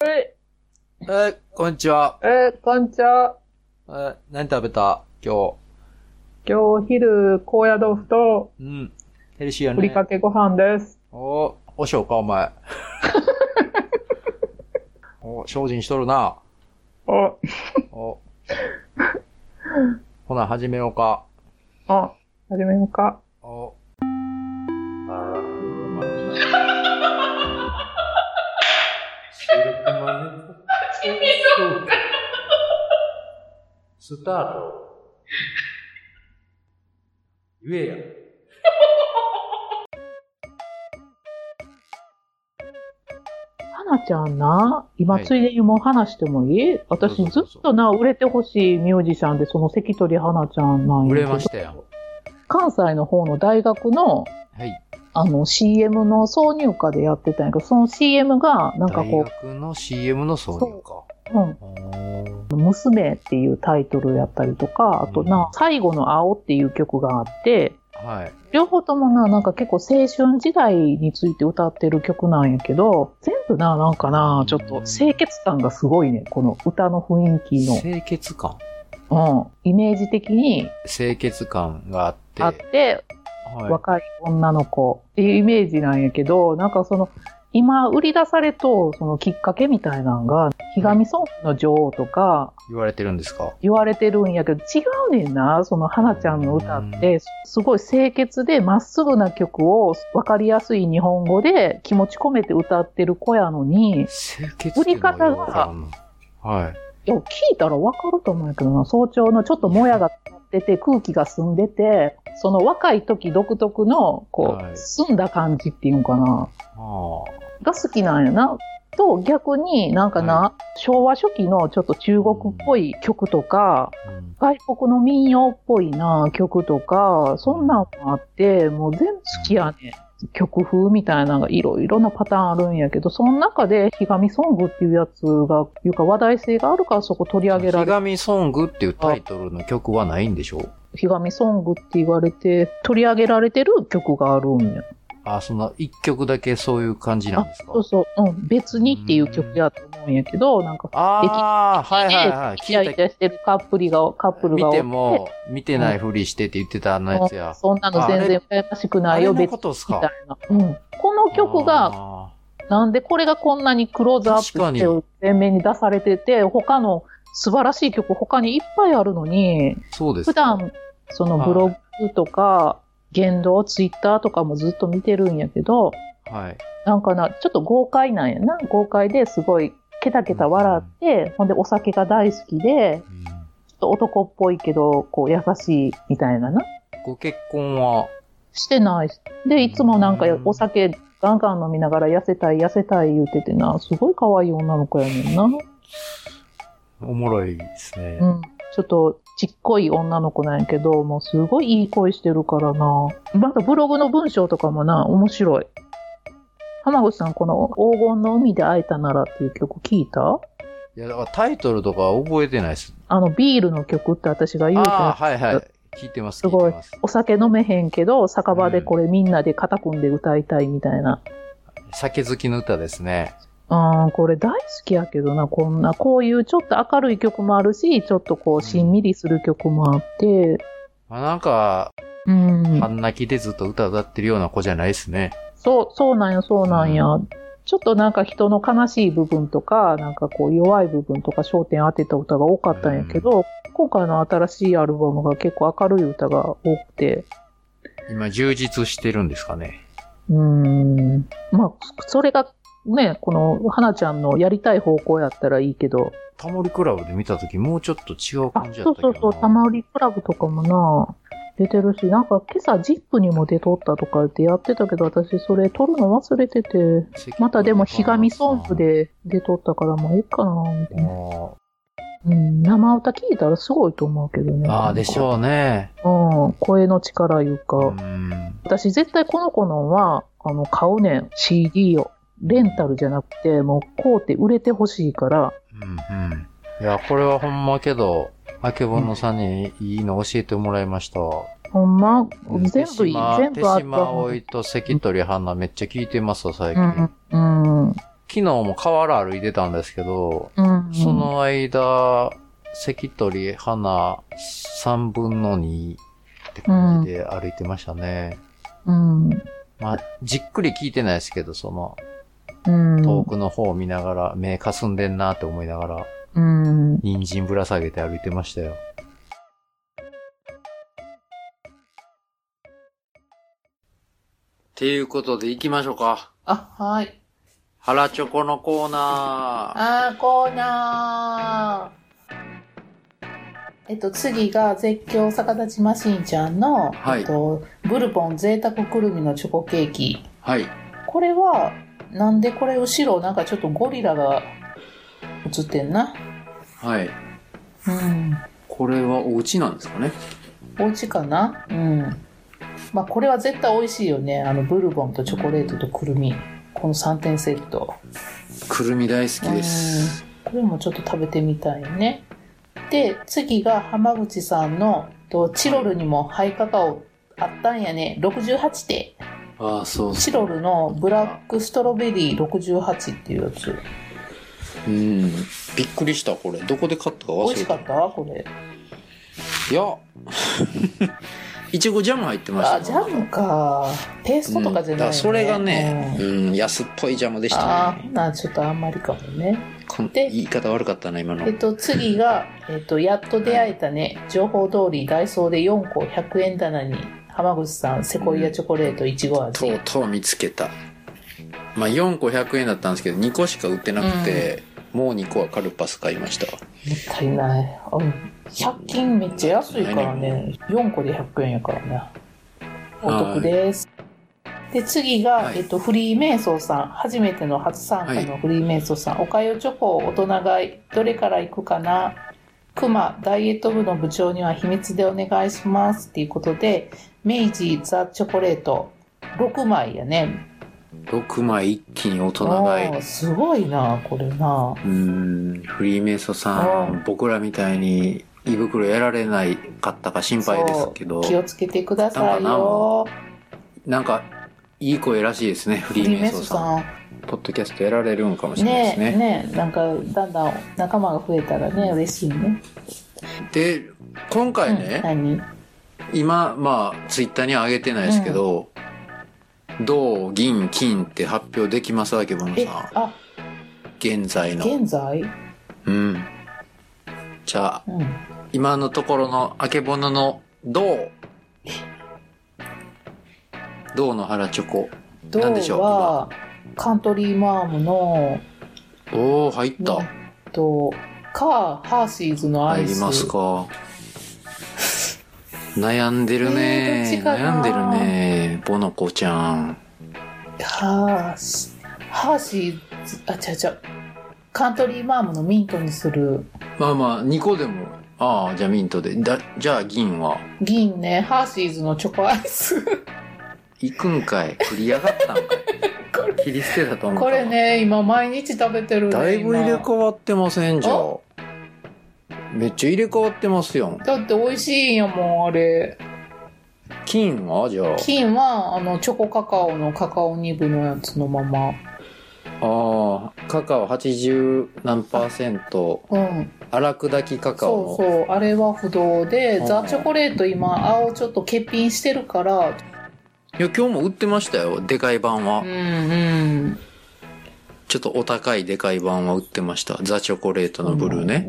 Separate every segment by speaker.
Speaker 1: はい。
Speaker 2: えー、こんにちは。
Speaker 1: えー、こんにちは。
Speaker 2: えー、何食べた今
Speaker 1: 今日お昼、高野豆腐と、
Speaker 2: 日。うん。ヘルシーよね。
Speaker 1: ふりかけご飯です。
Speaker 2: おおしょうか、お前。 お精進しとるな。
Speaker 1: あ、
Speaker 2: おほな、始めようか。
Speaker 1: あ、始めようか。
Speaker 2: お
Speaker 3: スタート。言えや。
Speaker 1: 花ちゃんな、今
Speaker 2: はい
Speaker 1: ついでにもう話してもいい、私
Speaker 2: どうぞどう
Speaker 1: ず
Speaker 2: ぞ
Speaker 1: っとな、売れてほしいミュージシャンで、その関取花ちゃんなんやけど
Speaker 2: 売れましたよ。
Speaker 1: 関西の方の大学の、
Speaker 2: はい。
Speaker 1: あの、CM の挿入歌でやってたんやけど、その CM が、なんか
Speaker 2: 大
Speaker 1: こ
Speaker 2: 学の CM の挿入か。
Speaker 1: う、うん、
Speaker 2: おー
Speaker 1: 娘っていうタイトルやったりとか、あとな、最後の青っていう曲があって、
Speaker 2: はい。
Speaker 1: 両方ともな、なんか結構青春時代について歌ってる曲なんやけど、全部な、なんかな、ちょっと清潔感がすごいね、この歌の雰囲気
Speaker 2: 清潔感
Speaker 1: の、うん、イメージ的に
Speaker 2: 清潔感があって。
Speaker 1: あって、
Speaker 2: は
Speaker 1: 若い女の子っていうイメージなんやけど、なんかその、今売り出されと、そのきっかけみたいなのが、ひがみソングの女王とか
Speaker 2: い。言われてるんですか
Speaker 1: 言われてるんやけど、違うねんな、その花ちゃんの歌って、すごい清潔でまっすぐな曲を分かりやすい日本語で気持ち込めて歌ってる子やのに、い
Speaker 2: 清潔っていうのはようわからんなはい。
Speaker 1: や、聞いたら分かると思うんやけどな、早朝のちょっともやが立ってて、空気が澄んでて、その若い時独特の、こう、
Speaker 2: はい
Speaker 1: 澄んだ感じっていうんかな、
Speaker 2: ああ。
Speaker 1: が好きなんやな。と、逆になんかな、
Speaker 2: は
Speaker 1: 昭和初期のちょっと中国っぽい曲とか、
Speaker 2: うん
Speaker 1: 外国の民謡っぽいな曲とか、そんなんもあって、もう全部好きやねん。曲風みたいなのがいろいろなパターンあるんやけど、その中で、ひがみソングっていうやつが、いうか話題性があるからそこ取り上げら
Speaker 2: ひ
Speaker 1: れ、
Speaker 2: がみソングっていうタイトルの曲はないんでしょう
Speaker 1: ひがみソングって言われて、取り上げられてる曲があるんや。
Speaker 2: あ、その一曲だけそういう感じなんですか
Speaker 1: そうそう、うん、別にっていう曲やと思うんやけど、なんか、
Speaker 2: ああ、はいはいはい。
Speaker 1: キラ
Speaker 2: 聞い
Speaker 1: キ
Speaker 2: た
Speaker 1: ラしてるカップルが、カップルが
Speaker 2: 見
Speaker 1: おって
Speaker 2: も、見てないふりしてって言ってたあのやつや。
Speaker 1: そんなの全然羨ましく
Speaker 2: あ
Speaker 1: ない
Speaker 2: れ
Speaker 1: よ、
Speaker 2: の
Speaker 1: 別
Speaker 2: こ
Speaker 1: に。
Speaker 2: とです
Speaker 1: みたい
Speaker 2: か
Speaker 1: な。うん。この曲が、
Speaker 2: あ
Speaker 1: なんでこれがこんなにクローズアップ
Speaker 2: 確
Speaker 1: して
Speaker 2: かに
Speaker 1: 前面に出されてて、他の素晴らしい曲他にいっぱいあるのに、
Speaker 2: ーそうです
Speaker 1: 普
Speaker 2: か。
Speaker 1: 段そのブログとか、言動、ツイッターとかもずっと見てるんやけど、
Speaker 2: はい。
Speaker 1: なんかな、ちょっと豪快なんやな。豪快ですごい、ケタケタ笑って、ほんでお酒が大好きで、
Speaker 2: うん
Speaker 1: ちょっと男っぽいけど、こう優しいみたいなな。
Speaker 2: ご結婚は、
Speaker 1: してないし。で、いつもなんか
Speaker 2: うん
Speaker 1: お酒ガンガン飲みながら痩せたい痩せたい言うててな、すごい可愛い女の子やねんな。う
Speaker 2: おもろいですね。
Speaker 1: ん。ちょっとちっこい女の子なんやけど、もうすごいいい恋してるからな。またブログの文章とかもな、面白い。浜口さん、この黄金の海で会えたならっていう曲聞いた
Speaker 2: いや、だからタイトルとか覚えてないです。
Speaker 1: あの、ビールの曲って私が言うて
Speaker 2: ああ、はいはい。聞いてます、
Speaker 1: す
Speaker 2: 聞
Speaker 1: ごい
Speaker 2: いてます。
Speaker 1: お酒飲めへんけど、酒場でこれみんなで肩組んで歌いたいみたいな。
Speaker 2: 酒好きの歌ですね。
Speaker 1: ああ、これ大好きやけどな、こんな、こういうちょっと明るい曲もあるし、ちょっとこう、しんみりする曲もあって、
Speaker 2: まあ、なんか、
Speaker 1: うん。
Speaker 2: 半泣きでずっと歌歌ってるような子じゃないですね。
Speaker 1: そう、そうなんや、そうなんや。ちょっとなんか人の悲しい部分とか、なんかこう、弱い部分とか焦点当てた歌が多かったんやけど、今回の新しいアルバムが結構明るい歌が多くて、
Speaker 2: 今、充実してるんですかね。
Speaker 1: うん。まあ、それが、ね、この、花ちゃんのやりたい方向やったらいいけど、
Speaker 2: タモリクラブで見たとき、もうちょっと違う
Speaker 1: あ
Speaker 2: 感じだ
Speaker 1: そ
Speaker 2: っ
Speaker 1: う
Speaker 2: たけ
Speaker 1: そ
Speaker 2: ど
Speaker 1: う
Speaker 2: な。
Speaker 1: そう、タマリクラブとかもな、出てるし、なんか今朝、ジップにも出とったとか言ってやってたけど、私それ撮るの忘れてて、またでも、ひがみソングで出とったからもういいかな、みた
Speaker 2: あ
Speaker 1: いな。
Speaker 2: ー。
Speaker 1: うん、生歌聞いたらすごいと思うけどね。
Speaker 2: あーでしょうね。
Speaker 1: う。うん、声の力いうか。
Speaker 2: うん。
Speaker 1: 私絶対この子のは、あの、買うねん、CD を。レンタルじゃなくて、もう、こうて売れてほしいから、
Speaker 2: うんうん。いや、これはほんまけど、あけぼのさんにいいの教えてもらいました。
Speaker 1: ほんま、全部いい、
Speaker 2: 手島
Speaker 1: 全
Speaker 2: 手
Speaker 1: 部あった
Speaker 2: 島
Speaker 1: 方がいい。
Speaker 2: 葵と関取花めっちゃ聞いてますわ、最
Speaker 1: う
Speaker 2: 近。
Speaker 1: ん、うん。
Speaker 2: 昨日も河原歩いてたんですけど、
Speaker 4: うん。
Speaker 2: そ、の間、関取花3分の2って感じで歩いてましたね。
Speaker 4: うん。
Speaker 2: まあ、じっくり聞いてないですけど、その、
Speaker 4: うん。
Speaker 2: 遠くの方を見ながら、目かすんでんなって思いながら、
Speaker 4: うん。
Speaker 2: 人参ぶら下げて歩いてましたよ。ていうことで行きましょうか。
Speaker 1: あ、はい。
Speaker 2: 腹チョコのコーナ
Speaker 1: あー、コーナー。えっと、次が絶叫逆立ちマシンちゃんの、
Speaker 2: はい
Speaker 1: えっと、ブルボン贅沢くるみのチョコケーキ。
Speaker 2: ー。はい。
Speaker 1: これは、なんでこれ後ろなんかちょっとゴリラが映ってんな。
Speaker 2: はい。
Speaker 1: うん。
Speaker 2: これはお家なんですかね
Speaker 1: お家かなうん。まあ、これは絶対美味しいよね。あの、ブルボンとチョコレートとくるみ。この3点セット。
Speaker 2: くるみ大好きです。
Speaker 1: これもちょっと食べてみたいね。で、次が浜口さんの、とチロルにもハイカカオあったんやね。68点。
Speaker 2: ああ、そうそ
Speaker 1: チロルのブラックストロベリー68っていうやつ。
Speaker 2: う。うん。びっくりした、これ。どこで買ったか忘
Speaker 1: 美
Speaker 2: れ
Speaker 1: 味
Speaker 2: て
Speaker 1: しかったこれ。
Speaker 2: いや。 いちごジャム入ってました、
Speaker 1: あ、ジャムか。ペーストとかじゃないよ、
Speaker 2: うんだらそれがね、うん、安っぽいジャムでした
Speaker 1: あ
Speaker 2: ね。
Speaker 1: あ、なちょっとあんまりかもね。
Speaker 2: こん
Speaker 1: で
Speaker 2: 言い方悪かったな、今の
Speaker 1: え。っと、次が、えっと、やっと出会えたね、情報通りダイソーで4個100円棚に、浜口さん、セコイアチョコレートいちご味。
Speaker 2: とうとう見つけた。まあ、4個100円だったんですけど、2個しか売ってなくて、もう2個はカルパス買いました。
Speaker 1: もったいない。あ100均めっちゃ安いからね、4個で100円やからな。お得です。で、次が、
Speaker 2: はい
Speaker 1: えっと、フリーメイソーさん、初めての初参加のフリーメイソーさん、おかゆチョコ大人買い、どれから行くかなクマ、ダイエット部の部長には秘密でお願いしますっていうことで、明治ザ・チョコレート、6枚やね。
Speaker 2: 6枚一気に大人買い
Speaker 1: お。ーすごいな、これな。
Speaker 2: うーん、フリーメイソさ、
Speaker 1: うん
Speaker 2: 僕らみたいに胃袋やられないかったか心配ですけど、
Speaker 1: 気をつけてくださ
Speaker 2: なんか
Speaker 1: い
Speaker 2: な
Speaker 1: よ。
Speaker 2: なんか、いい声らしいですね、フ
Speaker 1: フ
Speaker 2: リ
Speaker 1: リ
Speaker 2: ー
Speaker 1: ー
Speaker 2: メ
Speaker 1: メ
Speaker 2: イ
Speaker 1: イ
Speaker 2: ソ
Speaker 1: ソ
Speaker 2: さん。
Speaker 1: さん。
Speaker 2: ポッドキャストやられるんかもしれないで
Speaker 1: ね
Speaker 2: す
Speaker 1: え
Speaker 2: ね。
Speaker 1: ねえなんかだんだん仲間が増えたらね嬉しいね。
Speaker 2: で、今回ね、
Speaker 1: うん、何
Speaker 2: 今、まあ、ツイッターには上げてないですけど、銅、銀、金って発表できますわけぼの
Speaker 1: え
Speaker 2: さん。
Speaker 1: あ
Speaker 2: 現在の。
Speaker 1: 現在、
Speaker 2: うん。じゃあ、
Speaker 1: うん、
Speaker 2: 今のところの、あけぼのの銅。銅の腹チョコ。
Speaker 1: 銅
Speaker 2: なんでしょう
Speaker 1: はカントリーマームの
Speaker 2: おー、入っ
Speaker 1: うん
Speaker 2: た。
Speaker 1: とかハーシーズのア
Speaker 2: 入
Speaker 1: イス
Speaker 2: りますか。悩んでるね、
Speaker 1: えーどっちか
Speaker 2: 悩ん
Speaker 1: な
Speaker 2: でるね。ぼのこちゃん。
Speaker 1: ハーシハーシーズあ違う違うカントリーマームのミントにする
Speaker 2: まあまあ、2個でも。ああ、じゃあミントで。だ、じゃあ銀は。
Speaker 1: 銀ねハーシーズのチョコアイ ス
Speaker 2: 行くんかい繰り上がったんか
Speaker 1: こ
Speaker 2: い切り捨てたと思う
Speaker 1: これね今毎日食べてるね
Speaker 2: だいぶ入れ替わってませんじゃあめっちゃ入れ替わってますやん
Speaker 1: 今だって美味しいんやもんあれ
Speaker 2: 金はじゃあ
Speaker 1: 金はあのチョコカカオのカカオニブのやつのまま
Speaker 2: ああカカオ80何パーセント
Speaker 1: うん
Speaker 2: 荒砕きカカ
Speaker 1: そう
Speaker 2: オ
Speaker 1: そううあれは不動で
Speaker 2: うん
Speaker 1: ザ・チョコレート今青ちょっと欠品してるか
Speaker 2: い
Speaker 1: ら
Speaker 2: や今日も売ってましたよでかい版は、
Speaker 1: うんうん
Speaker 2: ちょっとお高いでかい版は売ってましたザ・チョコレートのブルーね、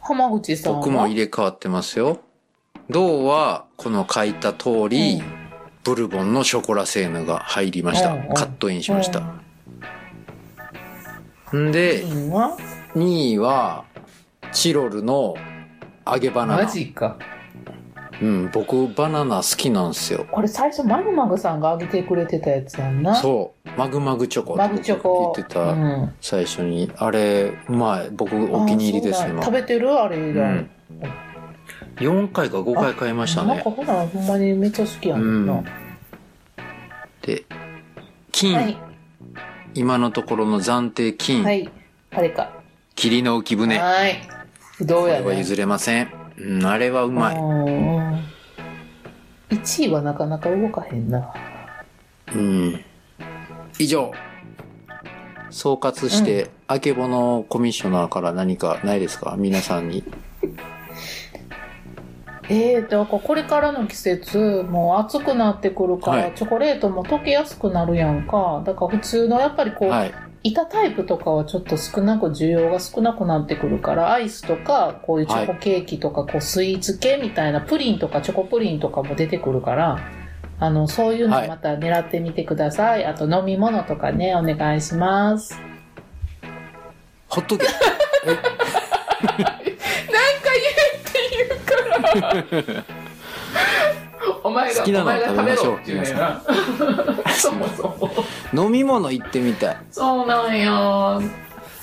Speaker 1: 浜口さんは
Speaker 2: 僕も入れ替わってますよ銅はこの書いた通り、
Speaker 1: うん
Speaker 2: ブルボンのショコラセーヌが入りました、
Speaker 1: うんうん
Speaker 2: カットインしました、んで、
Speaker 1: 金は
Speaker 2: 2位は、チロルの揚げバナナ。
Speaker 1: マジか
Speaker 2: うん、僕、バナナ好きなんですよ。
Speaker 1: これ最初マグマグさんがあげてくれてたやつやんな
Speaker 2: そう。マグマグチョコ
Speaker 1: マグチョコ
Speaker 2: って言ってた、
Speaker 1: うん
Speaker 2: 最初に。あれ、うまい。僕、お気に入りです、
Speaker 1: あそうなん
Speaker 2: 今。
Speaker 1: 食べてるあれ以
Speaker 2: う
Speaker 1: 外
Speaker 2: ん。4回か5回買いました
Speaker 1: なん
Speaker 2: ね
Speaker 1: か。ほらほんまにめっちゃ好きや
Speaker 2: うん。
Speaker 1: なん
Speaker 2: で、金、
Speaker 1: はい
Speaker 2: 今のところの暫定金、
Speaker 1: はいあれか
Speaker 2: 霧の浮舟。こ
Speaker 1: はい。不動や
Speaker 2: れは
Speaker 1: ね。
Speaker 2: 譲れません。うん、あれはうまい。
Speaker 1: 1位はなかなか動かへんな。
Speaker 2: うん。以上、総括して、あけぼのコミッショナーから何かないですか皆さんに。
Speaker 1: えー、だからこれからの季節もう暑くなってくるから、
Speaker 2: はい
Speaker 1: チョコレートも溶けやすくなるやんかだから普通のやっぱりこう、
Speaker 2: はい。
Speaker 1: 板タイプとかはちょっと少なく需要が少なくなってくるからアイスとかこういうチョコケーキとかこうスイーツ系みたいなプリンとかチョコプリンとかも出てくるからあのそういうの
Speaker 2: はい
Speaker 1: また狙ってみてください、あと飲み物とかねお願いします
Speaker 2: ほっと け。
Speaker 1: なんか言うって言うからお前
Speaker 2: が好きなのを食べましょうお前が食べろって言うねん
Speaker 1: なそもそも
Speaker 2: 飲み物行ってみたい。
Speaker 1: そうなんや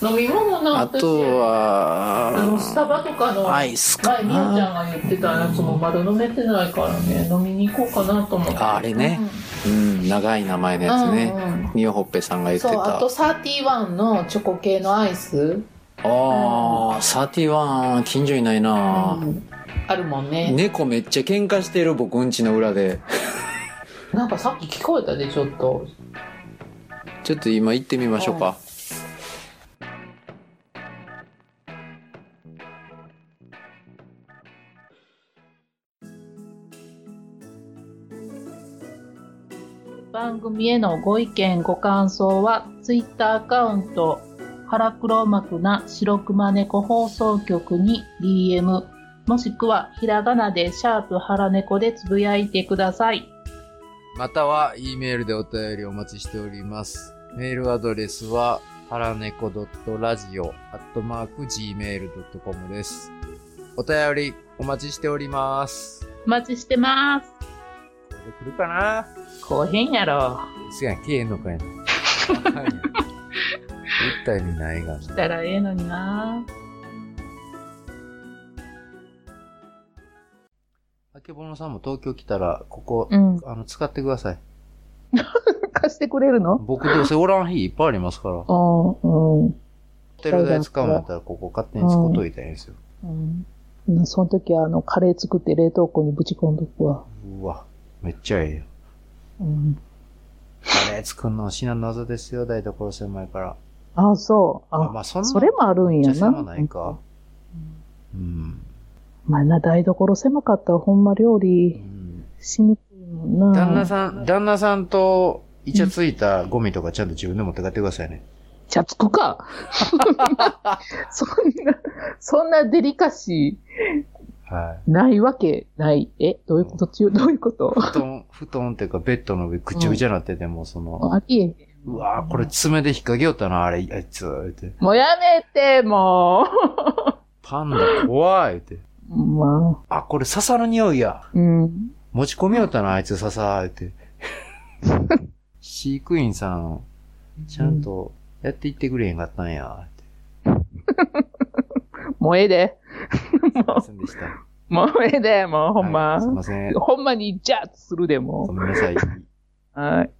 Speaker 1: 飲み物
Speaker 2: あと
Speaker 1: あのスタ
Speaker 2: は、
Speaker 1: バとかの
Speaker 2: ア
Speaker 1: 前
Speaker 2: イスか
Speaker 1: みゆちゃん
Speaker 2: な。
Speaker 1: が言ってたやつもまだ飲めてないからね飲みに行こうかなと思って
Speaker 2: ああれねうん、長い名前のやつ
Speaker 1: う
Speaker 2: ね。
Speaker 1: んうん
Speaker 2: ニオホッペさんが言って
Speaker 1: そうあ
Speaker 2: た
Speaker 1: と。31のチョコ系のアイス、
Speaker 2: ああ、サティワン、近所にないな、
Speaker 1: うんあるもんね
Speaker 2: 猫めっちゃ喧嘩してる、僕んちの裏で。
Speaker 1: なんかさっき聞こえたでちょっと
Speaker 2: ちょっと今行ってみましょうか。
Speaker 1: 番組へのご意見ご感想はツイッターアカウント「腹黒幕な白熊猫放送局」に DM もしくはひらがなで「シャープ腹猫」でつぶやいてください
Speaker 2: または、E メールでお便りお待ちしております。メールアドレスは、はらねこ .radio.gmail.com です。お便りお待ちしております。
Speaker 1: お待ちしてます
Speaker 2: これで来るかな
Speaker 1: こうへんやろ
Speaker 2: すやん、消えんのかやな。一体にないがな。
Speaker 1: したらええのにな
Speaker 2: あけぼのさんも東京来たら、ここ、
Speaker 5: うん。
Speaker 2: あの、使ってください。
Speaker 5: 貸してくれるの
Speaker 2: 僕どうせおらん日いっぱいありますから。
Speaker 5: ああ、うん。
Speaker 2: ホテル代使うんだったら、ここ勝手に使っといたらいいんですよ。
Speaker 5: うんうん、その時は、あの、カレー作って冷凍庫にぶち込んどくわ。
Speaker 2: うわ、めっちゃええよ。
Speaker 5: うん、
Speaker 2: カレー作るの至難の謎ですよ、台所狭いから。
Speaker 5: ああ、そう。あ、
Speaker 2: まあ、そんな
Speaker 5: それもあるん
Speaker 2: め
Speaker 5: や
Speaker 2: っちゃ
Speaker 5: な。
Speaker 2: 狭ないか。うん。
Speaker 5: まあな、台所狭かったらほんま料
Speaker 2: う
Speaker 5: 理
Speaker 2: ん
Speaker 5: しにくいもんな。
Speaker 2: 旦那さん、旦那さんと、イチャついたゴミとかちゃんと自分で持って帰ってくださいね。
Speaker 5: ちゃつくか。 そんな、そんなデリカシ
Speaker 2: はい。
Speaker 5: ーないわけない。え、どういうこと中、どういうこと
Speaker 2: 布団、 布団っていうかベッドの上ぐちゃぐちゃなってて、もうその、
Speaker 5: あきえへん。
Speaker 2: うわぁ、これ爪で引っ掛けよったな、あれ、あいつ、言うて。
Speaker 5: もうやめて、も
Speaker 2: パンダ怖い、って。
Speaker 5: う。まあ、
Speaker 2: あ、これ笹の匂いや。
Speaker 5: うん。
Speaker 2: 持ち込みよったな、あいつ笹、言うて。 飼育員さん、ちゃんとやっていってくれへんかったんや、って。
Speaker 5: もうええで。
Speaker 2: すいませんでした。
Speaker 5: もうええで、もうほんま
Speaker 2: はいすい。ません。
Speaker 5: ほんまにジャッするで
Speaker 2: ご
Speaker 5: も
Speaker 2: めんなさい。
Speaker 5: う。はい。